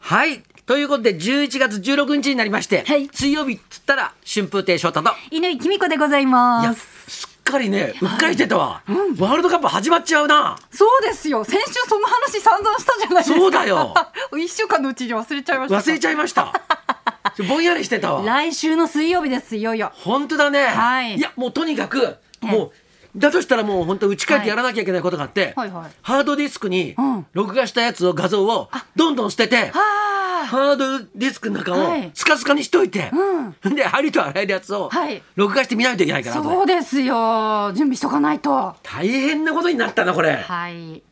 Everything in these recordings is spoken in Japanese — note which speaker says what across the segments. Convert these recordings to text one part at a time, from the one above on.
Speaker 1: はい。ということで、11月16日になりまして、
Speaker 2: はい
Speaker 1: 水曜日っつったら、春風亭昇太と。
Speaker 2: 井上貴美子でござい
Speaker 1: い
Speaker 2: ま
Speaker 1: や、
Speaker 2: す。
Speaker 1: すっかりね、うっかりしてたわ。ワールドカップ始まっちゃうな。
Speaker 2: そうですよ。先週その話散々したじゃないですか。
Speaker 1: そうだよ。
Speaker 2: 一週間のうちに忘れちゃいました。
Speaker 1: 忘れちゃいました。ぼんやりして たわ。
Speaker 2: 来週の水曜日です。いよいよ。
Speaker 1: 本当だね。
Speaker 2: はい
Speaker 1: や、もうとにかく、
Speaker 2: え
Speaker 1: もう、だとしたらもう本当打ち返ってやらなきゃいけないことがあって、
Speaker 2: はいはいはい
Speaker 1: ハードディスクに
Speaker 2: うん
Speaker 1: 録画したやつを画像をどんどん捨てて、
Speaker 2: あ
Speaker 1: ハードディスクの中
Speaker 2: は
Speaker 1: を
Speaker 2: い
Speaker 1: スカスカにしといて、
Speaker 2: う
Speaker 1: でありとあらゆるやつを
Speaker 2: はい
Speaker 1: 録画してみないといけないか
Speaker 2: あ、
Speaker 1: ら、後で
Speaker 2: そうですよ。準備しとかないと。
Speaker 1: 大変なことになったなこれ、
Speaker 2: はい。い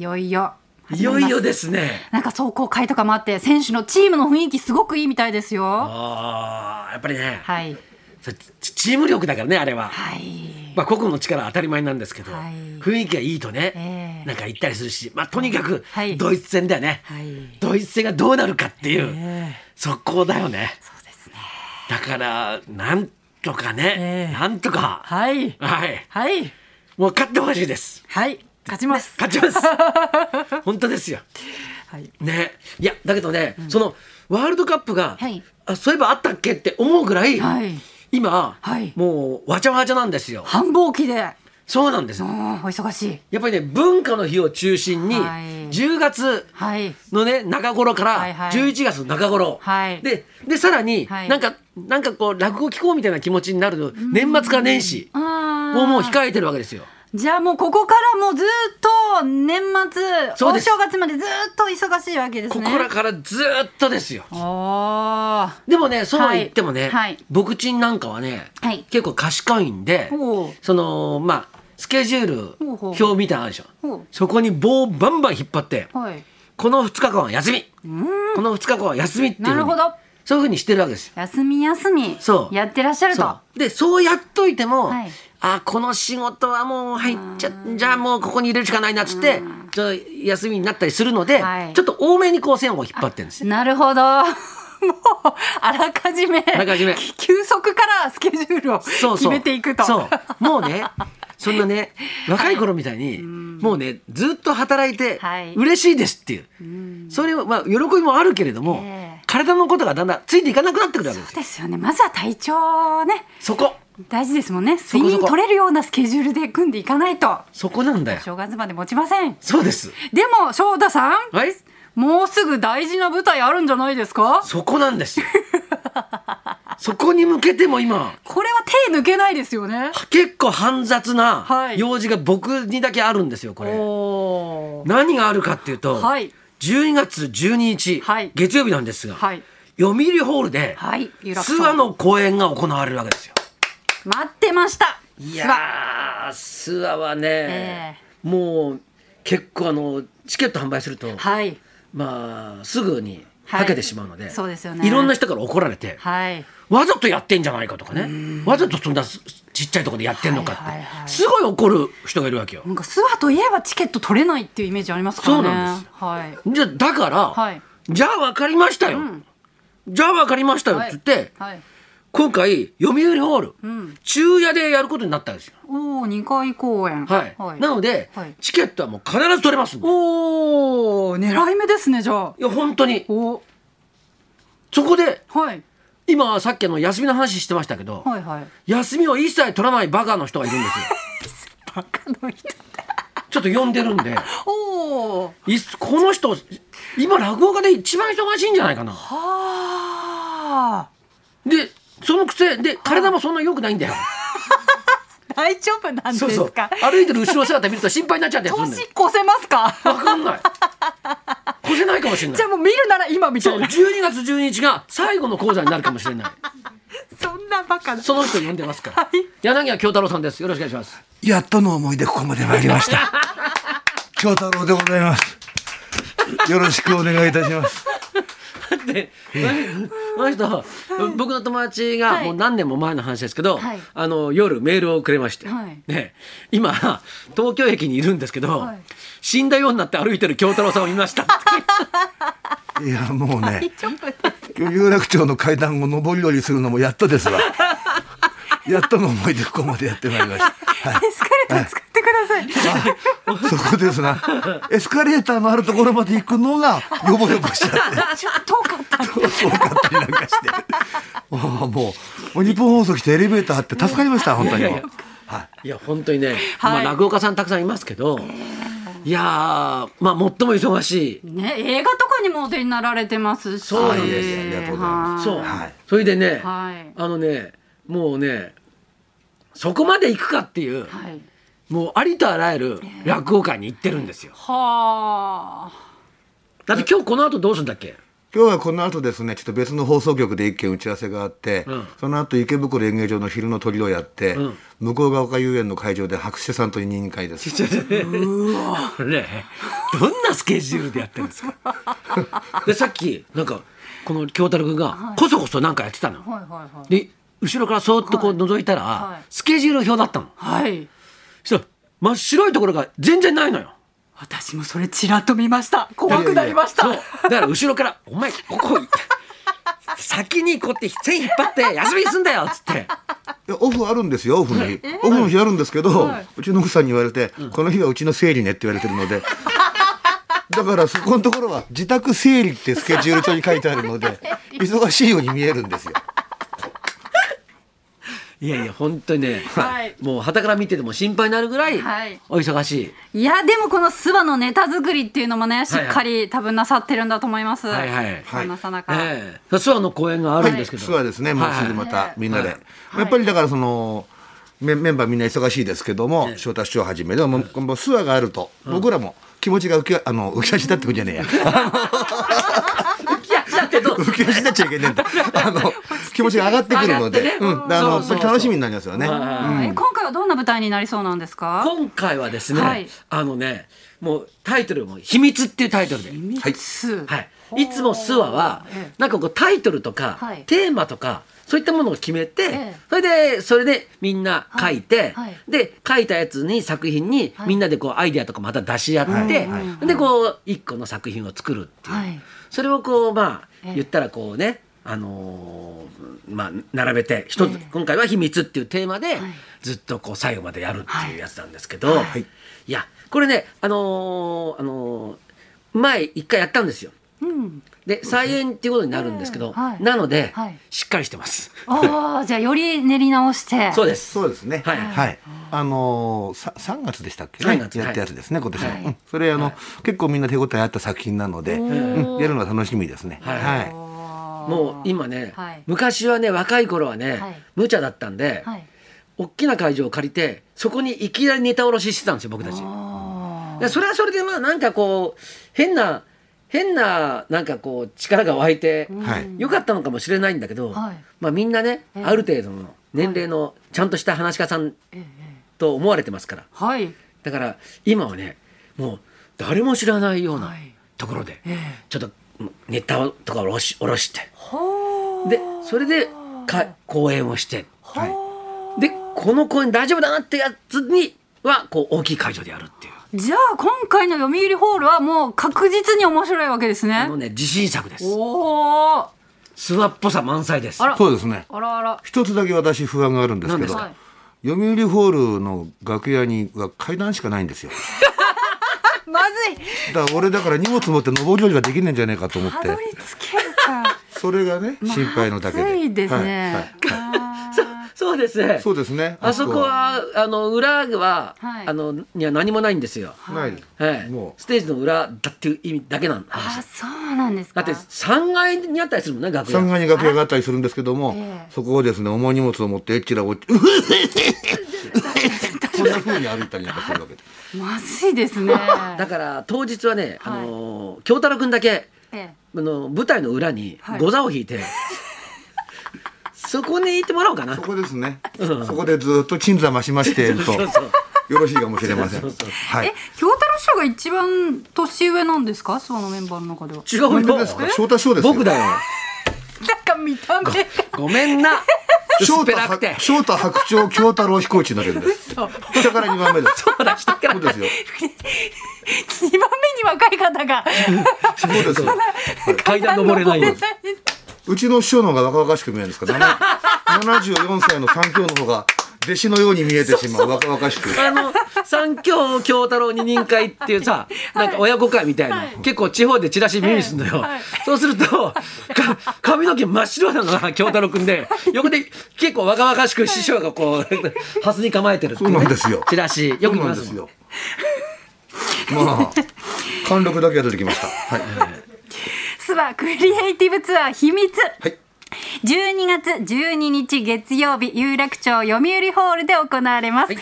Speaker 2: よいよ。。
Speaker 1: いよいよですすね
Speaker 2: なんか壮行会とかもあって、選手のチームの雰囲気すごくいいみたいですよ。
Speaker 1: あーやっぱりね、
Speaker 2: はい。
Speaker 1: それチチーム力だからねあれは、
Speaker 2: はい。
Speaker 1: まあ、個々の力は当たり前なんですけど、
Speaker 2: はい
Speaker 1: 雰囲気がいいとね、
Speaker 2: ええ
Speaker 1: なんか行ったりするし、まあ、とにかく
Speaker 2: はい
Speaker 1: ドイツ戦だよね、
Speaker 2: はい。
Speaker 1: ドイツ戦がどうなるかっていう、
Speaker 2: え
Speaker 1: そこだよね
Speaker 2: ーそうですね。
Speaker 1: だからなんとかね、
Speaker 2: ええ
Speaker 1: なんとか
Speaker 2: はい。
Speaker 1: はい
Speaker 2: はい。
Speaker 1: もう勝ってほしいです
Speaker 2: はい。勝ちます。
Speaker 1: 勝ちます 本当ですよ
Speaker 2: はい。
Speaker 1: ねいやだけどね、そのワールドカップが、
Speaker 2: はい
Speaker 1: あそういえばあったっけって思うぐらい、
Speaker 2: はい
Speaker 1: 今、
Speaker 2: はい
Speaker 1: もうわちゃわちゃなんですよ
Speaker 2: 繁忙期で。
Speaker 1: そうなんです
Speaker 2: う
Speaker 1: よ
Speaker 2: ん、お忙しい。
Speaker 1: やっぱりね文化の日を中心に、
Speaker 2: はい
Speaker 1: 10月
Speaker 2: はい。
Speaker 1: のね中頃か
Speaker 2: はい
Speaker 1: ら
Speaker 2: はい
Speaker 1: 11月の中頃、
Speaker 2: はい
Speaker 1: ででさらに、
Speaker 2: はい
Speaker 1: なんかなんかこう落語聞こうみたいな気持ちになる年末から年始
Speaker 2: あ
Speaker 1: をもう控えてるわけですよ。
Speaker 2: じゃあもうここからもうずっと年末
Speaker 1: そう
Speaker 2: お
Speaker 1: です
Speaker 2: 正月までずっと忙しいわけです
Speaker 1: こ
Speaker 2: ね。
Speaker 1: こらからずーっとですよ。
Speaker 2: おー
Speaker 1: でもねそうは言ってもね、
Speaker 2: はいはい
Speaker 1: 僕ちんなんかはね、
Speaker 2: はい
Speaker 1: 結構賢いんで
Speaker 2: ほう
Speaker 1: そのまあスケジュ
Speaker 2: ほう
Speaker 1: ール
Speaker 2: ほう
Speaker 1: 表みたいなのあるでしょ
Speaker 2: ほう
Speaker 1: そこに棒をバンバン引っ張って
Speaker 2: はい。
Speaker 1: この2日間は休みこの2日間は休みっていうふうに
Speaker 2: なるほど
Speaker 1: そういうふうにしてるわけですよ。
Speaker 2: 休み休み。
Speaker 1: そう
Speaker 2: やってらっしゃると。
Speaker 1: そうでそうやっといても、
Speaker 2: はい
Speaker 1: あこの仕事はもう入っちゃじゃあもうここに入れるしかないなっつってちょっと休みになったりするので、
Speaker 2: はい
Speaker 1: ちょっと多めにこう線を引っ張ってるんですよ。
Speaker 2: なるほど。 もうあらかじめ
Speaker 1: らかじめ
Speaker 2: 休息からスケジュールを
Speaker 1: そう
Speaker 2: 決
Speaker 1: そう
Speaker 2: めていくと。
Speaker 1: そうもうねそんなね若い頃みたいに、もうねずっと働いて
Speaker 2: はい
Speaker 1: 嬉しいですっていう、それはまあ喜びもあるけれども、
Speaker 2: ええ
Speaker 1: 体のことがだんだんついていかなくなってくるわけですよ
Speaker 2: ですよね。まずは体調ね
Speaker 1: そこ
Speaker 2: 大事ですもんね。
Speaker 1: こ
Speaker 2: 睡
Speaker 1: そ
Speaker 2: 眠
Speaker 1: こ
Speaker 2: 取れるようなスケジュールで組んでいかないと
Speaker 1: そこなんだよ
Speaker 2: 正月まで持ちません。
Speaker 1: そうです
Speaker 2: でも翔太さん、
Speaker 1: はい
Speaker 2: もうすぐ大事な舞台あるんじゃないですか
Speaker 1: そこなんですよ そこに向けても今
Speaker 2: これは手抜けないですよね
Speaker 1: 結構煩雑な
Speaker 2: はい
Speaker 1: 用事が僕にだけあるんですよこれ、
Speaker 2: おー
Speaker 1: 何があるかっていうと、
Speaker 2: はい
Speaker 1: 12月12日、
Speaker 2: はい
Speaker 1: 月曜日なんですが、
Speaker 2: はい
Speaker 1: 読売ホールで、
Speaker 2: はい有楽町
Speaker 1: 諏訪の公演が行われるわけですよ。
Speaker 2: 待ってました
Speaker 1: い
Speaker 2: すわ
Speaker 1: やー諏訪はね
Speaker 2: え、
Speaker 1: もう結構あのチケット販売すると、
Speaker 2: はい
Speaker 1: まあすぐに
Speaker 2: はい
Speaker 1: はけてしまうので,、
Speaker 2: そうですよね
Speaker 1: いろんな人から怒られて、
Speaker 2: はい
Speaker 1: わざとやってんじゃないかとかねわざとそんなすちっちゃいところでやってんのかって、
Speaker 2: はいはいはい
Speaker 1: すごい怒る人がいるわけよ。
Speaker 2: なんか諏訪といえばチケット取れないっていうイメージありますからね
Speaker 1: そうなんです
Speaker 2: はい
Speaker 1: じゃあだから、
Speaker 2: はい
Speaker 1: じゃあ分かりましたよ、じゃあ分かりましたよって言って、
Speaker 2: はい
Speaker 1: 今回読売ホール、
Speaker 2: ん
Speaker 1: 昼夜でやることになったんですよ。
Speaker 2: おお二回公演
Speaker 1: はいなので、
Speaker 2: はい
Speaker 1: チケットはもう必ず取れますんでい
Speaker 2: おお狙い目ですねじゃあ
Speaker 1: や本当に
Speaker 2: お
Speaker 1: そこで
Speaker 2: はい
Speaker 1: 今さっきあの休みの話してましたけど、
Speaker 2: はいはい
Speaker 1: 休みを一切取らないバカの人がいるんですよ
Speaker 2: バカの人
Speaker 1: ちょっと呼んでるんで
Speaker 2: おお
Speaker 1: いっこの人今落語家で一番忙しいんじゃないかな
Speaker 2: はあ
Speaker 1: でそのくせで体もそんな良くないん だよ
Speaker 2: 大丈夫なんです
Speaker 1: そ
Speaker 2: か
Speaker 1: うそう歩いてる後ろ姿見ると心配になっちゃったりするん
Speaker 2: 年
Speaker 1: だよ
Speaker 2: 越せますか
Speaker 1: わかんない越せないかもしれな
Speaker 2: じゃあ
Speaker 1: い
Speaker 2: もう見るなら今みた
Speaker 1: そ
Speaker 2: いうな
Speaker 1: 12月12日が最後の講座になるかもしれない
Speaker 2: そんなバカな
Speaker 1: その人呼んでますから。
Speaker 2: はい
Speaker 1: 柳家京太郎さんです。よろしくお願いします。
Speaker 3: やっとの思いでここまで参りました。京太郎でございます。よろしくお願いいたします。
Speaker 1: で、この人、僕の友達が
Speaker 2: はい
Speaker 1: もう何年も前の話ですけど、
Speaker 2: はい
Speaker 1: あの夜メールをくれまして、
Speaker 2: はい
Speaker 1: ね、今東京駅にいるんですけど、
Speaker 2: はい
Speaker 1: 死んだようになって歩いてる京太郎さんを見ました って。
Speaker 3: いや、もう
Speaker 2: 大
Speaker 3: ね、
Speaker 2: 丈夫です
Speaker 3: 有楽町の階段を上り下りするのもやっとですわ。やっとの思いでここまでやってまいりました。はい
Speaker 2: エスカレーター使ってください
Speaker 3: あ、そこですな。エスカレーターのあるところまで行くのが、よぼよぼしちゃって。日本放送来てエレベーターあって助かりました、本当に。
Speaker 1: いやいやいや本当にね、ま
Speaker 2: はい
Speaker 1: あ落語家さんたくさんいますけど、いやーまあ最も忙しい。
Speaker 2: ね、映画とかにもお出になられてますし。
Speaker 1: そうなんです
Speaker 3: よありがとうございま
Speaker 1: そう、
Speaker 3: はい
Speaker 1: それでね、
Speaker 2: はい
Speaker 1: あのねもうねそこまで行くかっていう、
Speaker 2: はい。はい。
Speaker 1: もうありとあらゆる落語界に行ってるんですよ。
Speaker 2: はあ。
Speaker 1: だって今日この後どうするんだっけ？
Speaker 3: 今日はこの後ですね、ちょっと別の放送局で一件打ち合わせがあって、
Speaker 1: ん
Speaker 3: その後池袋演芸場の昼の鳥をやって、
Speaker 1: ん
Speaker 3: 向こうが丘遊園の会場で白手さんと委任会です。
Speaker 1: ちょっとねこれねどんなスケジュールでやってるんです かでさっきなんかこの京太郎君がこそこそなんかやってたの、
Speaker 2: はいはいはい。
Speaker 1: で後ろからそーっとこう覗いたら、
Speaker 2: はい
Speaker 1: スケジュール表だったの
Speaker 2: はい。
Speaker 1: そしたら真っ白いところが全然ないのよ
Speaker 2: 私もそれちらっと見ました。怖くなりました。
Speaker 1: そうだから後ろから「お前ここ先にこうやって線引っ張って休みにすんだよ」っつって
Speaker 3: いやオフあるんですよ、オフに。オフの日あるんですけど、うちの奥さんに言われて、この日はうちの整理ねって言われてるので。 だからそこのところは自宅整理ってスケジュール帳に書いてあるので 忙しいように見えるんですよ。
Speaker 1: いやいや本当にね、
Speaker 2: はい
Speaker 1: もう傍から見てても心配になるぐらい
Speaker 2: はい
Speaker 1: お忙しい
Speaker 2: いやでもこの諏訪のネタ作りっていうのもねしっかり多分なさってるんだと思います。
Speaker 1: はいはい
Speaker 2: そんなさなか。
Speaker 1: ええ、諏訪の公演があるんですけど、
Speaker 3: そうはですね、もうすぐまたみんなで、やっぱりだからそのメメンバーみんな忙しいですけども、翔太師匠はじめでももうもう諏訪があると、僕らも気持ちが浮きあの浮き足立ってくんじゃねえや
Speaker 1: だってどう
Speaker 3: 浮き足立っちゃいけね えんだあの気持ちが上がってくるので、
Speaker 1: 上がってね
Speaker 3: うん、あの
Speaker 1: そうそうそう
Speaker 3: 楽しみになりますよね。
Speaker 2: はいえ今回はどんな舞台になりそうなんですか。
Speaker 1: 今回はですね、
Speaker 2: はい
Speaker 1: あのねもうタイトルも「秘密」っていうタイトルで。
Speaker 3: はい
Speaker 2: す
Speaker 1: はい、いつも諏訪は
Speaker 2: ええ
Speaker 1: なんかこうタイトルとか、
Speaker 2: はい
Speaker 1: テーマとかそういったものを決めて、
Speaker 2: え
Speaker 1: それでそれでみんな書いて、
Speaker 2: はいはい
Speaker 1: で書いたやつに作品に
Speaker 2: はい
Speaker 1: みんなでこうアイデアとかまた出し合って、でこう一個の作品を作るっていう、
Speaker 2: はい
Speaker 1: それをこうまあ
Speaker 2: ええ
Speaker 1: 言ったらこうねあのーまあ、並べて一つ、
Speaker 2: ええ
Speaker 1: 今回は「秘密」っていうテーマで、
Speaker 2: い
Speaker 1: ずっとこう最後までやるっていうやつなんですけど、
Speaker 2: はいい
Speaker 3: はい
Speaker 1: やこれねあのーあのー前一回やったんですよ。
Speaker 2: うん。
Speaker 1: で再演っていうことになるんですけど、
Speaker 2: ええはい
Speaker 1: なので、
Speaker 2: はい
Speaker 1: しっかりしてます。
Speaker 2: ああじゃあより練り直して。
Speaker 1: そうです。
Speaker 3: そうですね。
Speaker 1: はい
Speaker 3: はい。あのーさ三月でしたっけね。
Speaker 1: 三月
Speaker 3: やったやつですね、今年
Speaker 1: は
Speaker 3: の
Speaker 1: い。
Speaker 3: うんそれあの結構みんな手応えあった作品なので、うんやるのが楽しみですね。
Speaker 1: はい
Speaker 3: はい。
Speaker 1: もう今ね、
Speaker 2: はい
Speaker 1: 昔はね若い頃はね、
Speaker 2: はい
Speaker 1: 無茶だったんで、
Speaker 2: はい。
Speaker 1: 大きな会場を借りてそこにいきなりネタ下ろししてたんですよ僕たち。
Speaker 2: あ
Speaker 1: でそれはそれでまあなんかこう変な変ななんかこう力が湧いて、
Speaker 3: はい
Speaker 1: よかったのかもしれないんだけど、
Speaker 2: はい
Speaker 1: まあみんなね、
Speaker 2: ええ
Speaker 1: ある程度の年齢のちゃんとした話し家さん
Speaker 2: ーえ
Speaker 1: と思われてますから。
Speaker 2: えはい。
Speaker 1: だから今はねもう誰も知らないような
Speaker 2: はい
Speaker 1: ところで、
Speaker 2: ええ
Speaker 1: ちょっとネタとかを下ろし下ろして
Speaker 2: ほー
Speaker 1: でそれでか公演をして
Speaker 3: はい。
Speaker 1: でこの公演大丈夫だなってやつにはこう大きい会場でやるっていう
Speaker 2: じゃあ今回の読売ホールはもう確実に面白いわけです
Speaker 1: あ
Speaker 2: ね
Speaker 1: の。ね自信作です
Speaker 2: おお。
Speaker 1: 諏訪っぽさ満載です
Speaker 2: あら
Speaker 3: そうですね。
Speaker 2: あらあ ら。
Speaker 3: 一つだけ私不安があるんですけ
Speaker 1: 何です
Speaker 3: ど、
Speaker 1: か
Speaker 2: い
Speaker 3: 読売ホールの楽屋には階段しかない んですよ。
Speaker 2: まずい。
Speaker 3: だから俺だから荷物持って上り下りができねえんじゃねえかと思ったて
Speaker 2: ど、り着けるか。
Speaker 3: それがね心配のだけで。
Speaker 2: 暑いですね。
Speaker 3: はいはい
Speaker 2: あ
Speaker 1: そそうですね
Speaker 3: そうですね。
Speaker 1: あそこはあの裏は、
Speaker 2: はい
Speaker 1: あのには何もないんですよ、
Speaker 2: ー
Speaker 3: ない。
Speaker 1: はい
Speaker 3: も、う
Speaker 1: ステージの裏だっていう意味だけなん
Speaker 2: あ
Speaker 1: 話
Speaker 2: ー
Speaker 1: です
Speaker 2: そうなんです
Speaker 1: だ
Speaker 2: か。
Speaker 1: って3階にあったりするもんね楽屋
Speaker 3: 三階に楽屋があったりするんですけども、
Speaker 2: ええ
Speaker 3: そこをですね重い荷物を持ってえっちらお っちそんな風に歩いたりなんかするわけで
Speaker 2: まずいですね。
Speaker 1: だから当日はね、
Speaker 2: はい
Speaker 1: あのー京太郎くんだけ
Speaker 2: ええ
Speaker 1: あの舞台の裏に
Speaker 2: はい
Speaker 1: ゴザを引い て、そこにいてもらおうかな。
Speaker 3: そこですね
Speaker 1: うん
Speaker 3: そこでずっと鎮座増しましてえると
Speaker 1: そうそう
Speaker 3: よろしいかもしれません
Speaker 1: そうそうそう
Speaker 3: はい
Speaker 2: え、京太郎師匠が一番年上なんですか、そのメンバーの中では。
Speaker 1: 違う
Speaker 3: 何
Speaker 1: よ。
Speaker 3: ですか翔太師匠ですよ
Speaker 1: 僕だよ。
Speaker 2: なんか見た目が。
Speaker 1: ごめんな。薄
Speaker 3: 翔
Speaker 1: っぺ
Speaker 3: 太
Speaker 1: らくて
Speaker 3: は。翔太白鳥京太郎飛行地の連です下から二番目です
Speaker 1: そうだ下から
Speaker 3: そうですよ
Speaker 2: 二番目に若い方が。
Speaker 3: そうですよ
Speaker 1: 階段登れないよ。
Speaker 3: うちの師匠の方が若々しく見えるんですか七74歳の三強の方が弟子のように見えてしまう若々しく
Speaker 1: あの三協京太郎二人会っていうさ、なんか親子会みたいな、結構地方でチラシ耳にすんのよ、そうするとか髪の毛真っ白なのが 京太郎くんで横で結構若々しく師匠がこうハスに構えてるってい
Speaker 3: そうなんですよ
Speaker 1: チラシよく見
Speaker 3: そうな
Speaker 1: ま
Speaker 3: んです
Speaker 1: も
Speaker 3: す
Speaker 1: ん
Speaker 3: よまあ貫禄だけが出てきましたはい
Speaker 2: スバクリエイティブツアー秘密
Speaker 3: はい
Speaker 2: 12月12日月曜日有楽町読売ホールで行われます、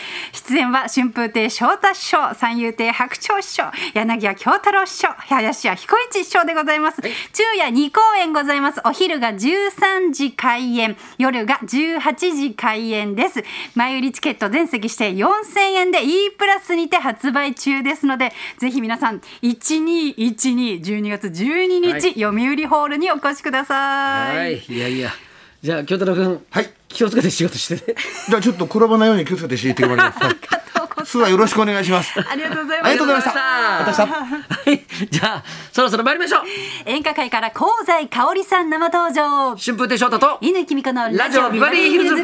Speaker 2: 出演は春風亭昇太師匠三遊亭白鳥師匠柳家京太郎師匠林家彦一師匠でございます、昼夜2公演ございますお昼が13時開演夜が18時開演です前売りチケット全席して4000円で E プラスにて発売中ですのでぜひ皆さん121212月12日、
Speaker 1: はい
Speaker 2: 読売ホールにお越しください
Speaker 1: はい、いやいや、じゃあ京太郎くん、
Speaker 3: はい
Speaker 1: 気をつけて仕事してね。
Speaker 3: じゃあちょっと転ばないように気をつけて敷いてもらいますはい須田よろしくお願いします
Speaker 2: ありがとうござい
Speaker 3: あ
Speaker 2: ま
Speaker 3: りがとうございました
Speaker 1: ました。はい、じゃあそろそろ参りましょう。
Speaker 2: す。演歌界から香西香織さん生登場。
Speaker 1: 春風亭昇太と
Speaker 2: 犬木美子の
Speaker 1: ラ
Speaker 2: ラ
Speaker 1: ジ
Speaker 2: ジ
Speaker 1: オ
Speaker 2: オ
Speaker 1: ビ
Speaker 2: ビ
Speaker 1: バ
Speaker 2: バ
Speaker 1: リー
Speaker 2: リー
Speaker 1: ヒ
Speaker 2: ヒ
Speaker 1: ルズ
Speaker 2: ル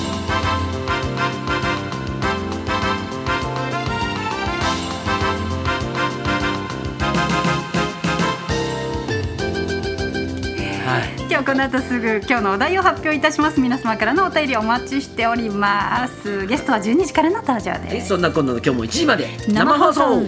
Speaker 2: ズ。今日この後すぐ今日のお題を発表いたします。皆様からのお便りお待ちしております。ゲストは12時からの登場
Speaker 1: はい、
Speaker 2: です。
Speaker 1: そんなこんなの今日も1時まで
Speaker 2: 生放送
Speaker 4: 放送